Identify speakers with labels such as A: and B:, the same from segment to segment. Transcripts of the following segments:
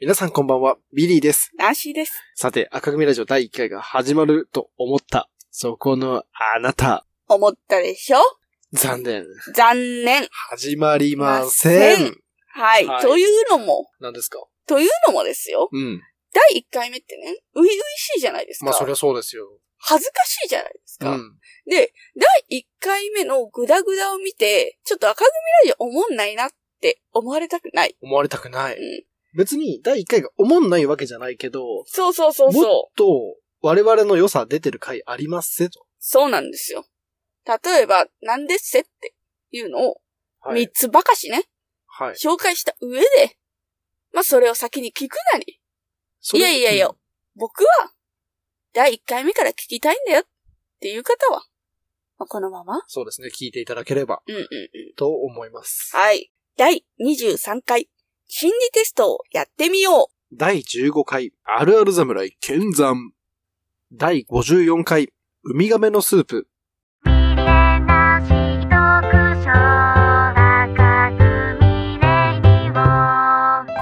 A: 皆さんこんばんは、ビリーです。
B: ラーシーです。
A: さて、赤組ラジオ第1回が始まると思った。そこのあなた、
B: 思ったでしょ
A: 残念。
B: 残念。
A: 始まりませ
B: ませ
A: ん
B: ん。はい。
A: はい
B: というのも、
A: 何ですか
B: というのもですよ。
A: うん。
B: 第1回目ってね、ういういしいじゃないですか。
A: まあ、そりゃそうですよ。
B: 恥ずかしいじゃないです
A: う
B: か。
A: ん。
B: で、第1回目のグダグダを見て、ちょっと赤組ラジオ思んないなって思われたくない。
A: 思われたくな
B: う
A: い。
B: ん。
A: 別に、第1回が思んないわけじゃないけど、
B: そうそうそうそう。
A: と、我々の良さ出てる回ありますせと。
B: そうなんですよ。例えば、なんでっせっていうのを、3。つばかしね、
A: はい。
B: 紹介した上で、まあそれを先に聞くなり、
A: それ
B: いやいやいや
A: うん
B: 僕は、第1回目から聞きたいんだよっていう方は、まあ、このまま。
A: そうですね。聞いていただければ
B: うんうんうん。
A: と思います。
B: はい。第23回、心理テストをやってみよう。
A: 第15回、あるある侍、剣山。第54回、ウミガメのスープ。
C: 綺麗なしとくしょ赤くみれにを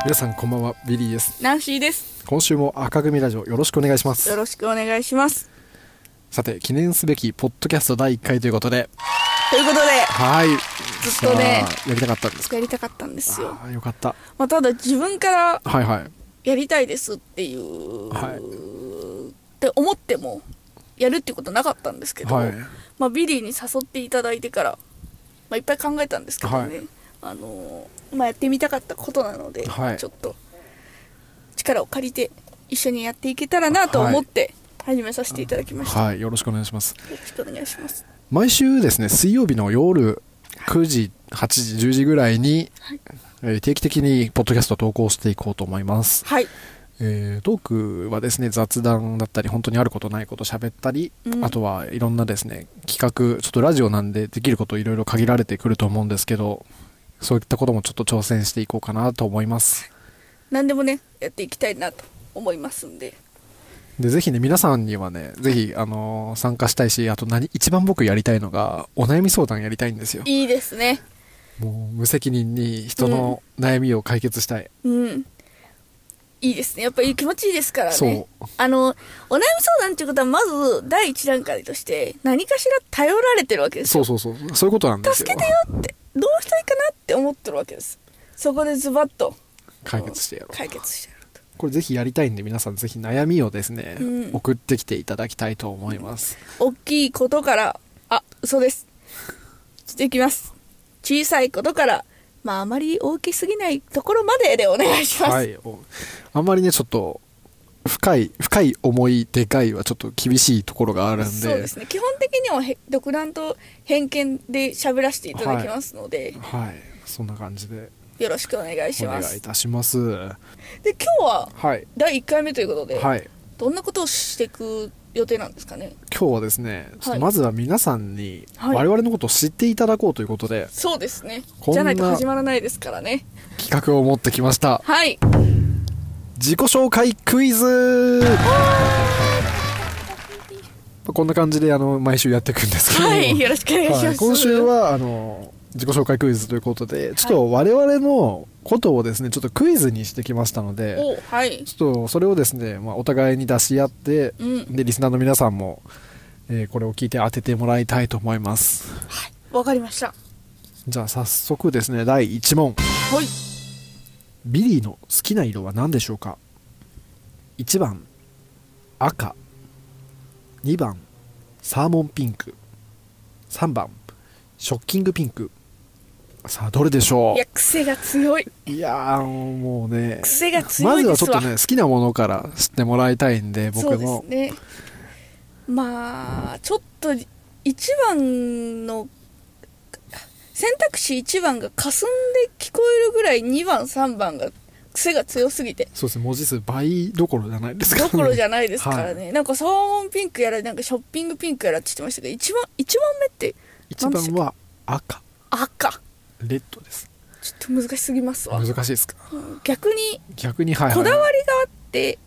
A: 皆さんこんばんは、ビリーです。
B: ナンシーです。
A: 今週も赤組ラジオよろしくお願いしま
B: よ
A: す。
B: ろしくお願いします。
A: さて、記念すべき、ポッドキャスト第1回ということで、
B: ということで、
A: はい。
B: ずっとね
A: さあ、やりたかったんですか
B: やりたかったんですよ。
A: あーよかった。
B: まあ、ただ自分から
A: はいはい。
B: やりたいですっていう、
A: はい
B: って思っても、やるってことなかったんですけど、
A: はい。
B: まあ、ビリーに誘っていただいてから、まあ、いっぱい考えたんですけどね、
A: は
B: あのーまあ、やってみたかったことなので、
A: はい
B: ちょっと力を借りて一緒にやっていけたらなと思って始めさせていただきました、
D: はい、よろしくお願いします。
B: よろしくお願いします
D: 毎週ですね、水曜日の夜9時、8時、10時ぐらいに、えー定期的にポッドキャストを投稿していこうと思います。
B: はい
D: えートークはですね、雑談だったり、本当にあることないこと喋ったり、
B: うん
D: あとはいろんなですね、企画、ちょっとラジオなんでできることいろいろ限られてくると思うんですけど、そういったこともちょっと挑戦していこうかなと思います。
B: 何でもねやっていきたいなと思いますんで
D: でぜひね皆さんにはねぜひ、あのー参加したいしあと何一番僕やりたいのがお悩み相談やりたいんですよ
B: いいですね
D: もう無責任に人の悩みを解決したい、
B: うんいいですねやっぱり気持ちいいですからね
D: そう
B: あのお悩み相談っていうことはまず第一段階として何かしら頼られてるわけですよ
D: そうそうそうそういうことなんですよ
B: 助けてよってどうしたいかなって思ってるわけですそこでズバッと
D: 解決してやろう
B: 解決してやると
D: これぜひやりたいんで皆さんぜひ悩みをですね、
B: うん
D: 送ってきていただきたいと思います、
B: 大きいことからあ嘘ですしていきます小さいことからまああまり大きすぎないところまででお願いします、
D: はいおあんまりねちょっと深い深い思いでかいはちょっと厳しいところがあるんで
B: そうですね基本的にはへ独断と偏見で喋らせていただきますので、
D: はいそんな感じで
B: よろしくお願いし
D: お願
B: ま
D: いい
B: す
D: たします
B: で今日は
D: はい
B: 第1回目ということで、
D: はい
B: どんなことをしていく予定なんですかね
D: 今日はですねちょっ
B: はい
D: とまずは皆さんに
B: はい
D: 我々のことを知っていただこうということで、
B: そうですね
D: こんな
B: じゃないと始まらないですからね
D: 企画を持ってきました
B: はい
D: 自己紹介クイズこんな感じであの毎週やっていくんですけども、
B: はい、よろしくお願いします。
D: はい今週はあの自己紹介クイズということでちょっと我々のことをですねちょっとクイズにしてきましたので、
B: お、はい。
D: ちょっとそれをですね、まあ、お互いに出し合って、
B: うん
D: でリスナーの皆さんも、えーこれを聞いて当ててもらいたいと思います
B: わかりました。
D: じゃあ早速ですね第1問
B: はい。
D: ビリーの好きな色は何でしょうか1番赤2番サーモンピンク3番ショッキングピンクさあどれでしょ
B: いや、癖が強い。
D: ういやーもうね
B: 癖が強
D: ま
B: い
D: ず
B: で
D: は
B: す
D: ちょっ
B: わ。
D: とね好きなものから知ってもらいたいんで
B: そう
D: 僕
B: で
D: も
B: すね。まあ、ちょっと、一番の、選択肢一番が霞んで聞こえるぐらい二番三番が癖が強すぎて。
D: そうですね文字数倍どころじゃないですか、
B: ど
D: ね、
B: ころじ
D: ゃ
B: ゃないですからね。なんかサーモンピンクやら、なんかショッピングピンクやらって言ってましたけど、一番、一番目って
D: 1番は赤
B: 赤。
D: レッドです
B: ちょっと難しすぎますわ
D: 難。しいですか
B: 逆に
D: 逆にはいはい
B: こだわりがあって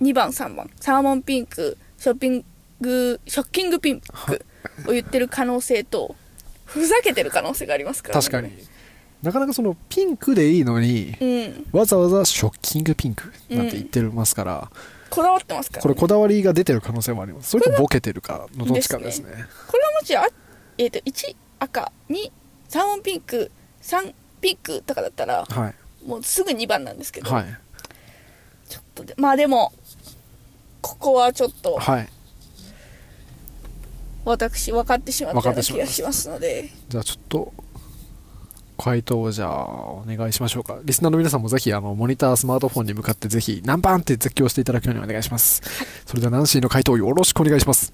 B: 2番3番サーモンピンクショッピングショッキングピンクを言ってる可能性とふざけてる可能性がありますから、ね、
D: 確かになかなかそのピンクでいいのに
B: うん。
D: わざわざショッキングピンクなんて言ってますから、
B: こだわってますから、ね。
D: これこだわりが出てる可能性もありますそれとボケてるかのどっちかですね
B: これはもちろんあ、えっ、と、1、赤、2、3音ピンク、3ピンクとかだったら、
D: はい
B: もうすぐ2番なんですけど、
D: はい
B: ちょっとで、まあでも、ここはちょっと、
D: はい
B: 私、分かってしまったような気がしますので、
D: じゃあちょっと回答をじゃあお願いしましょうかリスナーの皆さんもぜひあのモニタースマートフォンに向かってぜひ何番って絶叫していただくようにお願いしますそれではナンシーの回答をよろしくお願いします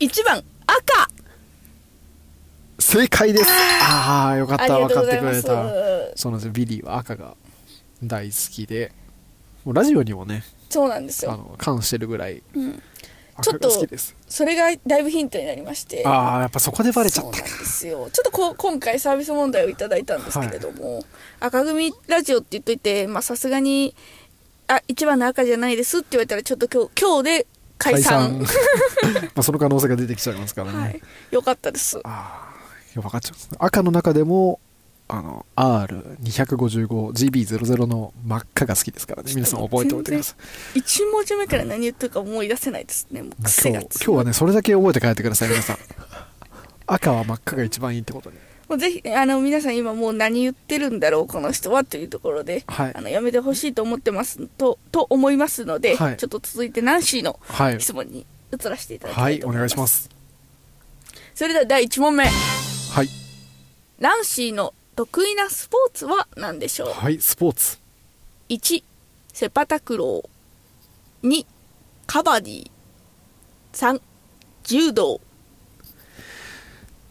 B: 1番、赤
D: 正解ですああよかっ
B: あり
D: た
B: が
D: 分
B: とう
D: か
B: ご
D: っ
B: ざ
D: て
B: い
D: く
B: ま
D: れ
B: す。
D: たそうなんですよビリーは赤が大好きでもうラジオにもね
B: そうなんです
D: あ
B: よ。
D: の関してるぐらい
B: うん
D: 赤が好きです
B: それがだいぶヒントになりまして、
D: ああやっぱそこでバレちゃっ
B: そう
D: た
B: なんですよちょっとこう今回サービス問題をいただいたんですけれども、赤組ラジオって言っといてまあさすがにあ一番の赤じゃないですって言われたらちょっと今日今日で解散
D: まあその可能性が出てきちゃいますからね、
B: はいよかったです
D: ああ分かっちゃいますね赤の中でもあの R255GB00 の真っ赤が好きですからね皆さん覚えておいてください
B: 一文字目から何言ってるか思い出せないですねもう癖
D: 今
B: が
D: 日
B: つ
D: 今日はねそれだけ覚えて帰ってください皆 さん赤は真っ赤が一番いいってことに
B: もうぜひあの皆さん今もう何言ってるんだろうこの人はというところで、
D: はい
B: あのやめてほしいと思ってますとと思いますので、
D: はい
B: ちょっと続いてナンシーの
D: はい
B: 質問に移らせていただき
D: は
B: たい
D: い
B: と
D: お
B: 思います、
D: 願いします
B: それでは第1問目
D: はい
B: ナンシーの得意なスポーツは何でしょう
D: はいスポーツ
B: ?1、セパタクロー。2、カバディ。3、柔道。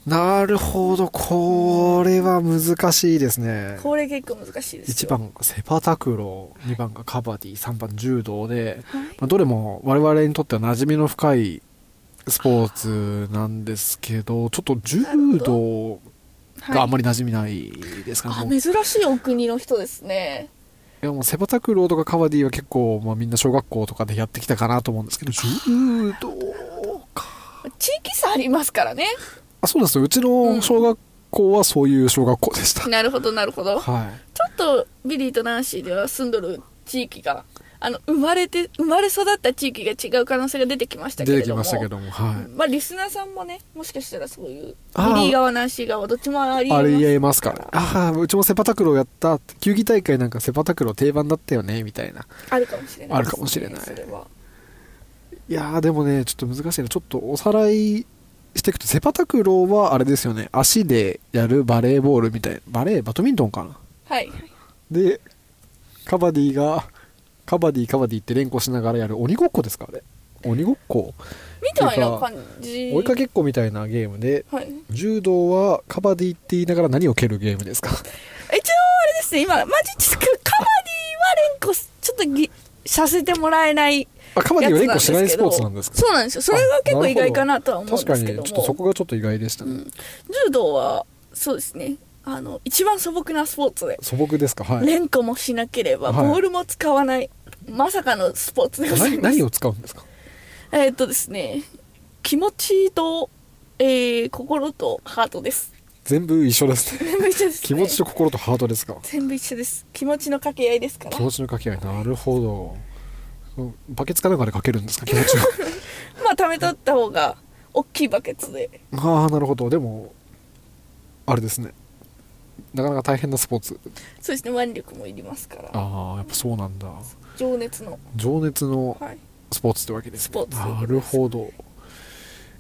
D: なるほどこれは難しいですね
B: これ結構難しいです
D: 1
B: よ。。
D: 番セパタクロー2番がカバディ3番柔道で、
B: はい
D: まあ、どれも我々にとっては馴染みの深いスポーツなんですけどちょっと柔道があんまり馴染みないですかね、
B: あ、
D: い、
B: 珍しいお国の人ですね。
D: やもうセパタクローとかカバディは結構、まあ、みんな小学校とかでやってきたかなと思うんですけど柔道か
B: 地域差ありますか らね。
D: あそうなんですようちの小学校はそういう小学校でした、
B: なるほど、なるほど。ちょ
D: はい
B: っと、ビリーとナンシーでは住んどる地域が、あの、生まれて、生まれ育った地域が違う可能性が出てきましたけ
D: 出
B: れ
D: てき
B: ども。
D: ましたけどもはい
B: まあ、リスナーさんもね、もしかしたらそういう、ビ
D: あー
B: リー側、ナンシー側、どっちもありえま
D: あ
B: す
D: りえますからねああうちもセパタクローやったって球技大会なんかセパタクロー定番だったよねみたいな
B: あるかもしれないですね、
D: あるかもしれない
B: それはい
D: やーでもねちょっと難しいなちょっとおさらいしていくとセパタクローはあれですよね足でやるバレーボールみたいなバレーバドミントンかな
B: はい
D: でカバディがカバディカバディって連呼しながらやる鬼ごっこですかあれ鬼ごっこ
B: みたいな感じ
D: 追いかけっこみたいなゲームで
B: はい、一応
D: 柔道はカバディって言いながら何を蹴るゲームですか
B: あれですね今マジですけどカバディは連呼しちょっとぎさせてもらえないや
D: あカバ
B: つ
D: デ
B: なん
D: ィは連呼
B: で
D: し
B: す
D: ない
B: け
D: スポ
B: ど
D: ーツなんですか
B: そうなんですよそれが結構意外かなとは思うん
D: 確
B: で
D: か
B: す
D: に
B: け
D: ねち
B: ど
D: ょ
B: も
D: っとそこがちょっと意外でしたね、
B: 柔道はそうですねあの一番素朴なスポーツで
D: 素朴ですかはい
B: 連呼もしなければ
D: はい
B: ボールも使わない、まさかのスポーツでござい
D: 何
B: ます
D: 何を使うんですか
B: えーっとですね気持ちと、えー心とハートです
D: 全部一緒です ね
B: 全部一緒です、ね、
D: 気持ちと心とハートですか
B: 全部一緒です気持ちの掛け合いですから
D: 気持ちの掛け合いなるほどうんバケツかなんかでかけるんですか気持 ちを
B: まあ溜めとった方が大きいバケツで
D: ああなるほどでもあれですねなかなか大変なスポーツ
B: そうですね腕力もいりますから
D: ああやっぱそうなんだ
B: 情熱の
D: 情熱の
B: はい
D: スポーツってわけですね
B: スポーツ
D: なるほど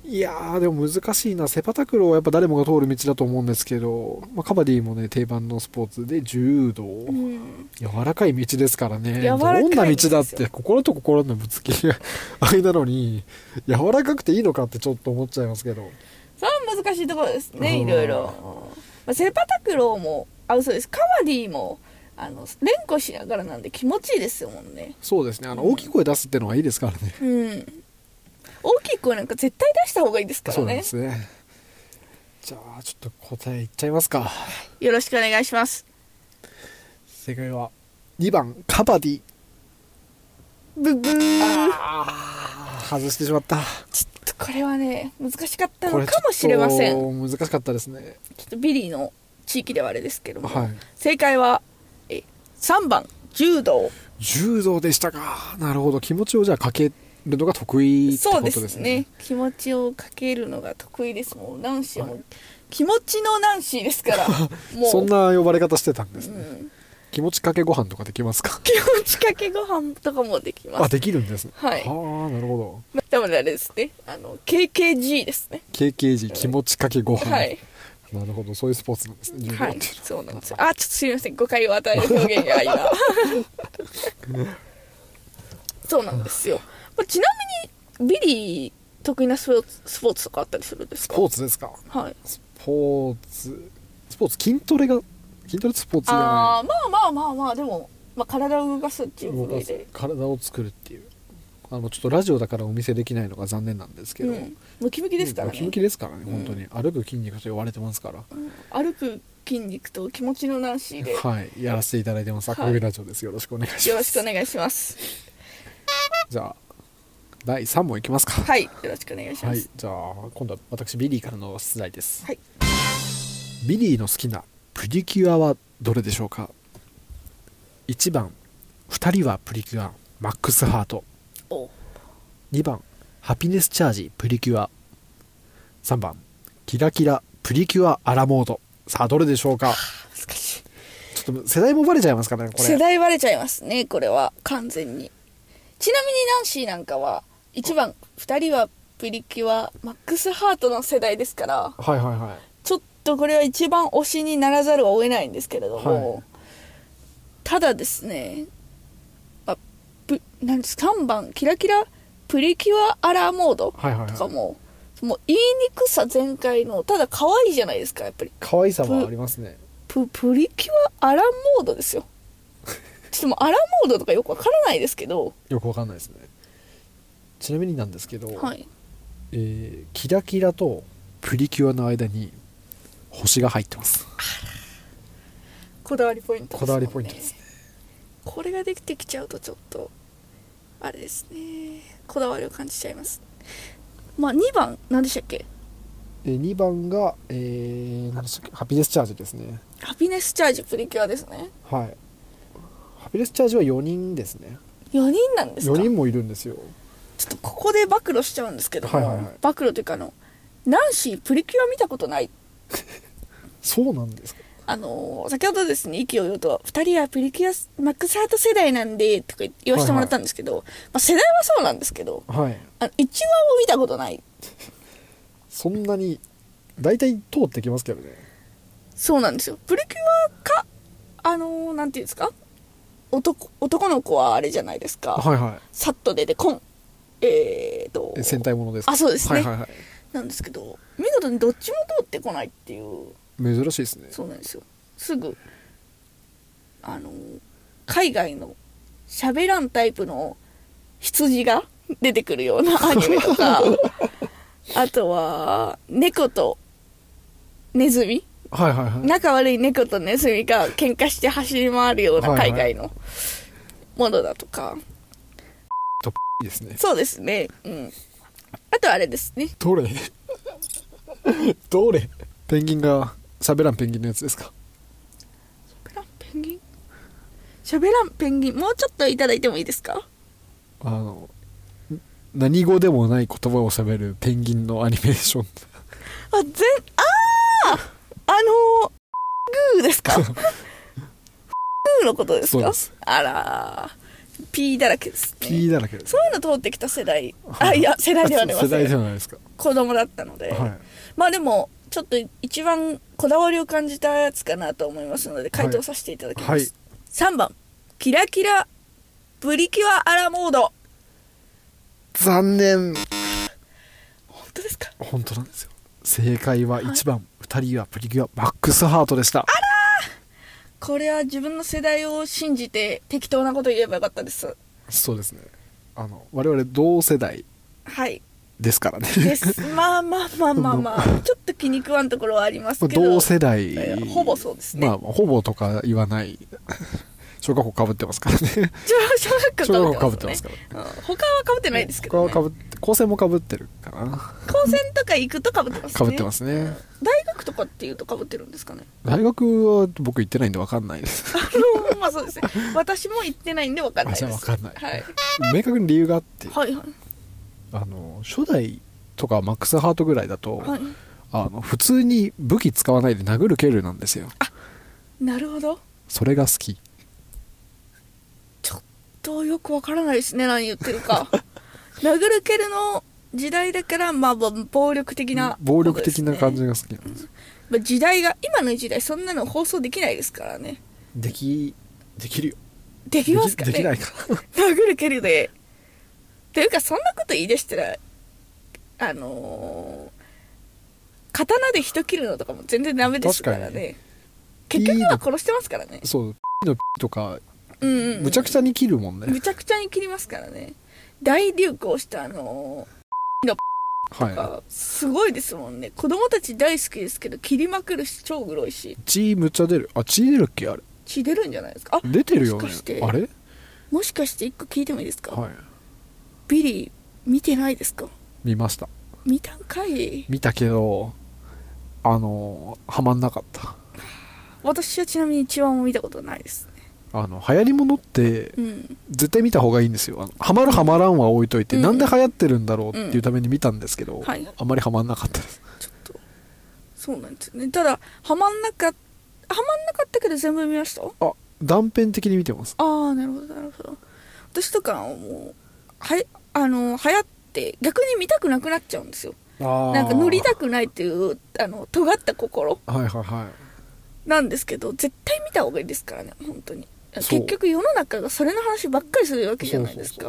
D: いやーでも難しいなセパタクローはやっぱ誰もが通る道だと思うんですけど、まあ、カバディもね定番のスポーツで柔道、
B: うん
D: 柔らかい道ですからね
B: 柔らかいんです
D: どん
B: よ
D: な道だって心と心のぶつけ合いなのに柔らかくていいのかってちょっと思っちゃいますけど
B: それは難しいところです
D: う
B: ね
D: ん
B: いろいろ、まあ、セパタクローもあそうですカバディもあの連呼しながらなんで気持ちいいですもんね
D: そうですねあの大きい声出すってのがいいですからね
B: うん大きい声なんか絶対出した方がいいですか
D: そう
B: ら
D: なん
B: ね
D: ですねじゃあちょっと答えいっちゃいますか
B: よろしくお願いします
D: 正解は2番カバディ
B: ブブー
D: あー外してしまった
B: ちょっとこれはね難しかったのかもしれません
D: これちょっと難しかったですね
B: ちょっとビリーの地域ではあれですけども、
D: はい
B: 正解はえ3番柔道
D: 柔道でしたかなるほど気持ちをじゃあかけるのが得意ってこ
B: そ
D: と
B: うで
D: ですす
B: ね
D: ね
B: 気持ちをかけるのが得意ですもうナンシーも、気持ちのナンシーです からもう
D: そんな呼ばれ方してたんです
B: う
D: ね、
B: ん
D: 気持ちかけご飯とかできますか
B: 気持ちかけご飯とかもできま
D: あ
B: す
D: できるんですね
B: はい
D: はあなるほど
B: まあ多分あれですねあの KKG ですね
D: KKG 気持ちかけご飯、
B: はい
D: なるほどそういうスポーツなんですね柔道
B: は
D: っ
B: い
D: ていう
B: そうなんですあちょっとすみません誤解を与える表現 が今そうなんですよまあちなみにビリー得意なスポーツスポーツとかあったりするんです
D: ス
B: か
D: ポーツですか
B: はい
D: スポーツスポーツ筋トレが筋トレってスポーツじ
B: あ
D: ゃ
B: あまあまあまあまあでも、まあ、体を動かすってい
D: な
B: う
D: い
B: ことで、
D: 体を作るっていうあのちょっとラジオだからお見せできないのが残念なんですけ
B: う
D: ど、
B: ん、ムキムキですから
D: ムキム
B: ね
D: キですからね本当に、歩く筋肉と呼ばれてますから、
B: 歩く筋肉と気持ちのナンシーで
D: はいやらせていただいてます
B: はい
D: 赤首ラジオですよろしくお願いします
B: よろしくお願いします
D: じゃあ第3問いきますか
B: はいよろしくお願いしま
D: は
B: す、
D: いじゃあ今度は私ビリーからの出題です、
B: はい
D: ビリーの好きなプリキュアはどれでしょうか1番2人はプリキュアマックスハート
B: お
D: 2番ハピネスチャージプリキュア3番キラキラプリキュアアラモードさあどれでしょうか
B: 難しい
D: ちょっと世代もバレちゃいますからねこれ
B: 世代割れちゃいますねこれは完全にちなみにナンシーなんかは1番2人はプリキュアマックスハートの世代ですから
D: はいはいはい
B: ちょっとこれは一番推しにならざるを得ないんですけれども、
D: はい
B: ただですねあぶなんです3番「キラキラプリキュアアラモード」
D: はいはい
B: とか
D: はい
B: も,、もう言いにくさ全開のただ可愛いじゃないですかやっぱり
D: 可愛さもありますね
B: ププリキュアアラモード ですよちょっともうアラモードとかよくわからないですけど、
D: よくわかんないですねちなみになんですけど、
B: はい、
D: えーキラキラとプリキュアの間に星が入ってます
B: こだわりポイントですも
D: こだわ
B: んね
D: りポイントですね
B: これができてきちゃうとちょっとあれですねこだわりを感じちゃいますまあ2番何でしたっけ
D: えー2番が、えー何でしたっけハピネスチャージですね
B: ハピネスチャージプリキュアですね
D: はいハピネスチャージは4人ですね
B: 4人なんです
D: 4
B: か
D: 人もいるんですよ
B: ちょっとここで暴露しちゃうんですけども、
D: はいはいはい
B: 暴露というかあのナンシープリキュア見たことない
D: そうなんですか
B: あのー先ほどですね意を言うと2人はプリキュアマックスハート世代なんでとか言わせてもらったんですけど、まあ、世代はそうなんですけど
D: はい
B: あの1話も見たことない
D: そんなに大体通ってきますけどね
B: そうなんですよプリキュアかあのーなんていうんですか男男の子はあれじゃないですか、
D: はいは
B: サッと出てコンえーと
D: いえ戦隊ものですか
B: あそうです
D: は
B: ね
D: いはいはい
B: なんですけど見事にどっちも通ってこないっていう
D: 珍しいですね
B: そうなんですよすぐあの海外の喋らんタイプの羊が出てくるようなアニメとかあとは猫とネズミ
D: はいはいはい
B: 仲悪い猫とネズミが喧嘩して走り回るような海外のものだとか、
D: いいですね
B: そうですねうんあとあれですね
D: どれ どれペンギンが喋らんペンギンのやつですか
B: 喋らんペンギン喋らんペンギンもうちょっといただいてもいいですか
D: あのん何語でもない言葉を喋るペンギンのアニメーション
B: あ、全、あああのー、グーですかグーのことです
D: そう
B: か
D: です
B: あらー、ピーだらけですね。
D: P だらけです
B: そういうの通ってきた 世代、あ、いや、世代ではありませ
D: 世代で
B: ん。
D: はないですか、
B: 子供だったので。
D: はい、
B: まあでも、ちょっと一番こだわりを感じたやつかなと思いますので、回答させていただきます。
D: はい
B: 3番、キラキラ、プリキュアアラモード。
D: 残念
B: 本当ですか
D: 本当なんですよ正解は1番、二2人はプリキュアマックスハートでした
B: これは自分の世代を信じて適当なこと言えばよかったです。
D: そうですねあの我々同世代
B: はい。
D: ですからね
B: です。まあまあまあまあまあ、ちょっと気に食わんところはあります
D: まあ
B: けど。
D: 同世代
B: えーほぼそうですね
D: まあほぼとか言わない 小学校かぶってますからね
B: 小学校
D: 小学
B: か
D: 校
B: ぶ
D: 被
B: っ
D: ってて
B: ま
D: ますす
B: か、
D: から
B: ねうん他はかぶってないですけど、ね、
D: 他は被って高専もかぶってるかな
B: 高専とか行くとかぶってますね
D: かぶってますね
B: 大学ととかっていうとかぶってるんです かね。
D: 大学は僕行ってないんで分かんない です。
B: あのまあそうですね。私も行ってないんでわかんない
D: あ
B: で
D: じゃあ
B: す。
D: 分かんない
B: はい。
D: 明確に理由があって、
B: はいはい
D: あの、初代とかマックスハートぐらいだと、
B: はい。
D: あの、普通に武器使わないで殴る蹴るなんですよ。
B: なるほど。
D: それが好き。
B: ちょっとよくわからないですね、何言って るか。殴る蹴るの時代だから、まあ、ぼ暴力的な、
D: 暴力的な感じ
B: ま
D: が好きなんです。
B: あ時代が、今の時代、そんなの放送できないですからね。
D: でき、できるよ。
B: できますかね
D: できないか。
B: 殴る蹴るで。というか、そんなこと言い出したら、あのー刀で人切るのとかも全然ダメですから
D: 確か
B: ね。結局は殺してますからね。
D: そう、 のとか、
B: うんうんうん。
D: むちゃくちゃに切るもんね。
B: むちゃくちゃに切りますからね。大流行したあの
D: は
B: ーすごいですもんね。子供たち大好きですけど、切りまくるし、超グロいし
D: い。、血むっちゃ出る。あ、血出るっけあれ。
B: 血出るんじゃないですか。あ、
D: 出てるよ
B: も
D: ね
B: しかして。
D: あれ
B: もしかして一個聞いてもいいですか、
D: はい。
B: ビリー、見てないですか
D: 見ました。
B: 見たんかい
D: 見たけど、あの、はまんなかった。
B: 私はちなみに一話も見たことないです。
D: あの、流行り物って、
B: うん。
D: 絶対見た方がいいんですよ。あのハマるハマらんは置いといて、
B: うん
D: なんで流行ってるんだろうっていうために見たんですけど、
B: はい
D: あまりハマんなかったです。
B: ちょっと、そうなんですよね。ただ、ハマんなかっ、ハマんなかったけど全部見ました
D: あ、断片的に見てます。
B: ああ、なるほど、なるほど。私とかはもう、はい、あの、流行って、逆に見たくなくなっちゃうんですよ。
D: な
B: なんか乗りたくないっていう、あの、尖った心
D: はいはいはい。
B: なんですけど、絶対見た方がいいですからね、本当に。
D: そう
B: 結局世の中がそれの話ばっかりするわけじゃないですか。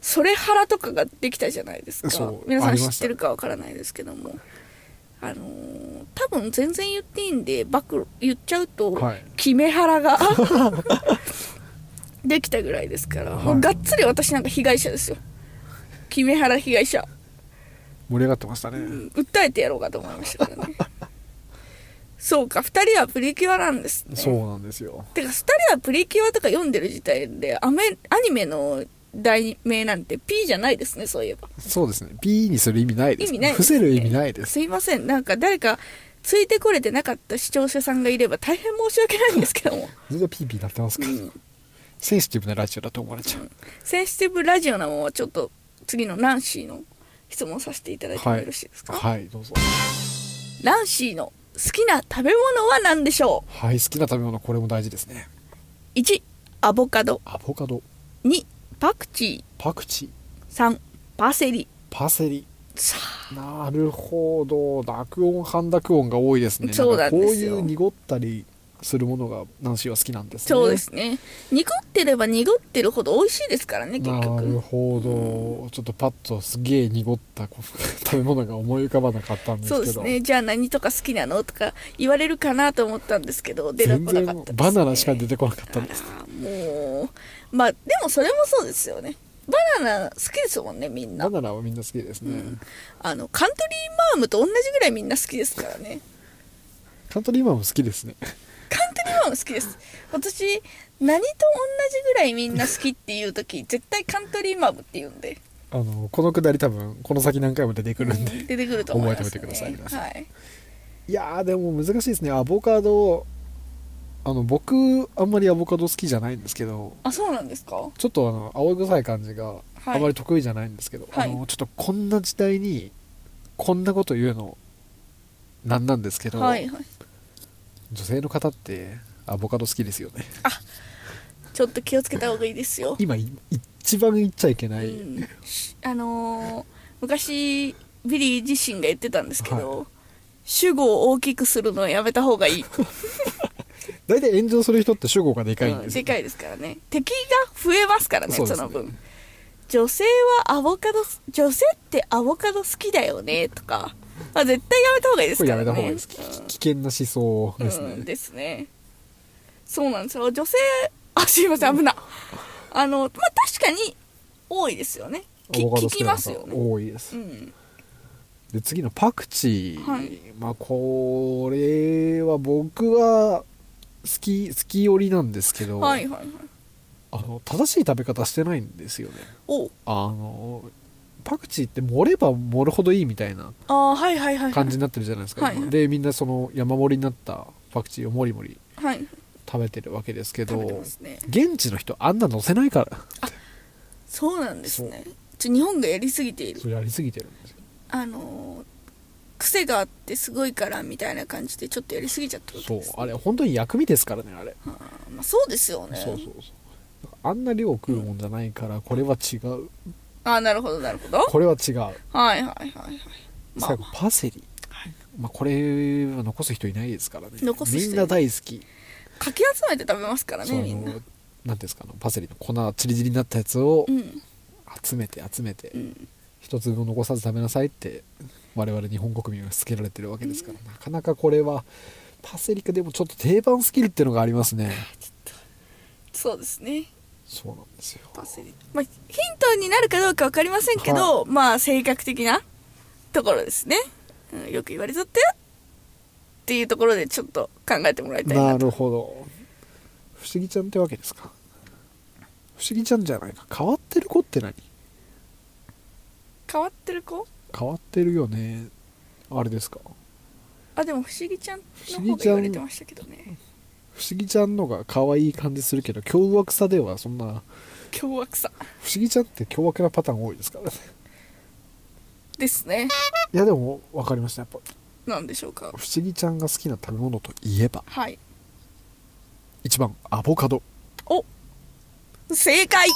B: そ
D: そう
B: れ腹とかができたじゃないですか
D: そう。
B: 皆さ
D: あ
B: ん
D: りました
B: 知ってるかわからないですけども。あのー多分全然言っていいんで、暴露、言っちゃうと、
D: はい
B: 決め腹 ができたぐらいですから、
D: はい
B: もうがっつり私なんか被害者ですよ決め腹被害者、
D: 盛り上がってましたね。
B: うん訴えてやろうかと思いまし たからねそうか2人はプリキュアなんですね
D: そうなんですよ。
B: てか2人はプリキュアとか読んでる時点でアメアニメの題名なんて P じゃないですねそういえば
D: そうですね。ピーにする意味ないです、
B: 意味ないです
D: 伏せる意味ないです。
B: すいませんなんか誰かついてこれてなかった視聴者さんがいれば大変申し訳ないんですけども
D: 全然ピーピーなってますから、センシティブなラジオだと思われちゃう。
B: センシティブラジオなもんはちょっと次のナンシーの質問させていただいても
D: はい。
B: よろしいですか、
D: はい、どうぞ。
B: ナンシーの好きな食べ物は何でしょ
D: はい、好きな食べ物、これも大事ですね。
B: う ?1 アボカド
D: アボカド、
B: 2パクチ
D: パクチー、
B: ー3パセリ
D: パセリ。
B: さ
D: なるほど濁音半濁音が多いですね
B: そうなんですよ
D: かこういう濁ったりするものがナンシーは好きなんですね
B: そうですね濁ってれば濁ってるほど美味しいですからね結
D: なる
B: 局
D: ほどちょっとパッとすげえ濁ったこう 食べ物が思い浮かばなかったんですけ
B: そ
D: ど
B: うですねじゃあ何とか好きなのとか言われるかなと思ったんですけど出て
D: 全
B: こなか
D: 然
B: ったです、ね、
D: バナナしか出てこなかった
B: あ
D: んです
B: らもうまあでもそれもそうですよねバナナ好きですもんねみんな
D: バナナはみんな好きですね、
B: あのカントリーマームと同じぐらいみんな好きですからね
D: カントリーマンも好きですね
B: カントリーマーム好きです私何と同じぐらいみんな好きっていう時絶対カントリーマームって言うんで
D: あのこのくだり多分この先何回も出てくるんで、
B: 出てくると思います、ね、
D: 覚えておいてください皆さん
B: はい
D: いやーでも難しいですねアボカドあの僕あんまりアボカド好きじゃないんですけど
B: あそうなんですか
D: ちょっとあの青臭い感じが
B: はい
D: あまり得意じゃないんですけど、
B: はい
D: あのちょっとこんな時代にこんなこと言うのなんなんですけど、
B: はいはい
D: 女性の方ってアボカド好きですよね
B: ちょっと気をつけた方がいいですよ、
D: 今い一番言っちゃいけない、
B: うん、あのー昔ビリー自身が言ってたんですけど、
D: は
B: 主語を大きくするのはやめた方がいい
D: 大体炎上する人って主語がでかいん
B: う
D: で
B: ん
D: すよ、
B: でかいですからね敵が増えますからね
D: そ
B: そ
D: で
B: う
D: すね
B: の分女性はアボカド女性ってアボカド好きだよねとか、まあ、絶対やめた方がいいで
D: こ
B: す
D: れ
B: か
D: や
B: ら
D: め
B: ね
D: た方がいいです、き危険な思想
B: うん
D: ですね、
B: うんですねそうなんですよ女性あすいません危なあのまあ確かに多いですよね
D: ア
B: き
D: ボカド
B: 聞
D: 好き
B: き
D: な
B: ますよ
D: 方
B: ね
D: 多いです、
B: うん
D: で次のパクチー、
B: はい
D: まあこれは僕は好き好き寄りなんですけど、
B: はいはいはい
D: あの正しい食べ方してないんですよね
B: おう
D: あのパクチーって盛れば盛るほどいいみたいな
B: ああはいはいはい
D: 感じになってるじゃないですか、
B: はい
D: 今でみんなその山盛りになったパクチーをもりもり
B: はい
D: 食べてるわけですけ
B: 食べて
D: ど
B: ますね
D: 現地の人あんな乗せないから
B: そうなんですねちょ日本がやりすぎている
D: それやりすぎてるんですよ
B: あのー癖があってすごいからみたいな感じでちょっとやりすぎちゃったわけ
D: そう
B: ですね
D: あれ本当に薬味ですからねあれ
B: まあ、そうですよね
D: そうそうそうあんな量食うもんじゃないからこれは違う
B: ああなるほどなるほど
D: これは違う
B: はいはいはいはいま
D: 最
B: あ
D: 後パセリ、まあ、これは残す人いないですからね
B: 残す人いない
D: みんな大好き
B: かき集めて食べますから
D: そう
B: ね
D: あの
B: みんな
D: なんていうんですかあのパセリの粉チリチリになったやつを
B: うん
D: 集めて集めて、
B: ん
D: 一粒も残さず食べなさいって我々日本国民がつけられてるわけですから、なかなかこれはパセリかでもちょっと定番スキルっていうのがありますね
B: そうですね
D: そうなんですよ
B: パセリまあヒントになるかどうか分かりませんけど、まあ性格的なところですね、うん、よく言われちゃったよっていうところでちょっと考えてもらいたいな
D: なるほど不思議ちゃんってわけですか不思議ちゃんじゃないか変わってる子って何
B: 変わってる子
D: 変わってるよねあれですか
B: あでも不思議ちゃんの
D: 不思
B: 方
D: 議
B: が
D: ちゃ
B: 言
D: ん
B: われてましたけどね
D: 不思議ちゃんのが可愛い感じするけど凶悪さではそんな
B: 凶悪さ
D: 不思議ちゃんって凶悪なパターン多いですからね
B: ですね
D: いやでも分かりましたやっぱ
B: なんでしょうか
D: 不思議ちゃんが好きな食べ物といえば
B: はい
D: 1番アボカド
B: お正解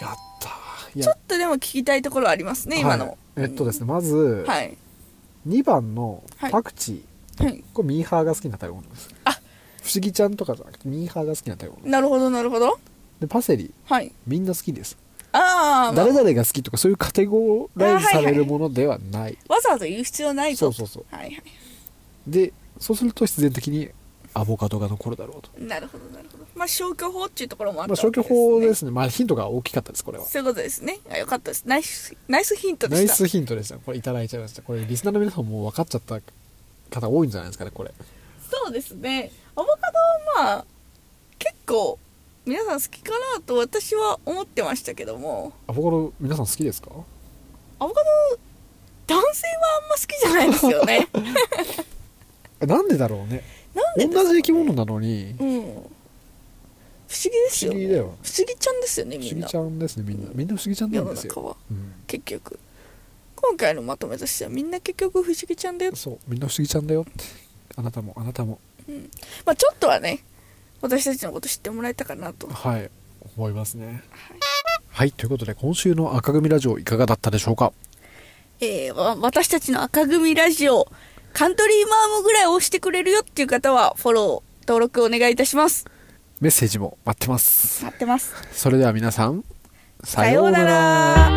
D: やったーい
B: ちょ
D: や
B: っとでも聞きたいところありますね今
D: は
B: の
D: いえっとですねまず
B: はい
D: 2番の
B: はい
D: パクチー、
B: はい
D: これミーハーが好きな食べ物です
B: あ
D: 不思議ちゃんとかじゃなくてミーハーが好きな食べ物
B: なるほどなるほど
D: でパセリ
B: はい
D: みんな好きです
B: ああ、まあ
D: 誰々が好きとかそういうカテゴライズされるものではない、
B: わざわざ言う必要ない
D: そ
B: と
D: うそうそう
B: はいはい
D: でそうすると必然的にアボカドが残るだろうと、
B: なるほどなるほどまあ消去法っていうところもあった
D: まあ、
B: わけ
D: 消
B: で
D: 去
B: す、
D: 法
B: ね、
D: ですねまあヒントが大きかったですこれは
B: そういうことですねあよかったですナイスナイスヒントで
D: ナ
B: し
D: イ
B: た
D: スヒントでしたこれいただいちゃいましたこれリスナーの皆さんも分かっちゃった方多いんじゃないですかねこれ
B: そうですねアボカドはまあ結構皆さん好きかなと私は思ってましたけども
D: アボカド皆さん好きですか
B: アボカド男性はあんま好きじゃないですよね
D: えなんでだろうね
B: なんで
D: 同
B: ですか
D: じ生き物なのに
B: うん不思議ですよ,、ね、
D: 不思議だよ
B: 不思議ちゃんですよね
D: 不
B: み
D: 思
B: ん
D: 議
B: な
D: ちゃんですねみんなみんな不思議ちゃんな
B: 世
D: ん
B: の
D: です
B: 中
D: よ、
B: は
D: うん、
B: 結局今回のまとめとしてはみんな結局不思議ちゃんだよ
D: そうみんな不思議ちゃんだよってあなたもあなたも
B: まあちょっとはね私たちのこと知ってもらえたかなと
D: はい思いますねはいということで今週の赤組ラジオいかがだったでしょうか
B: えーわ私たちの赤組ラジオ、カントリーマームぐらい押してくれるよっていう方は、フォロー、登録お願いいたします。
D: メッセージも待ってます
B: 待ってます。
D: それでは皆さんさ
B: さようなら。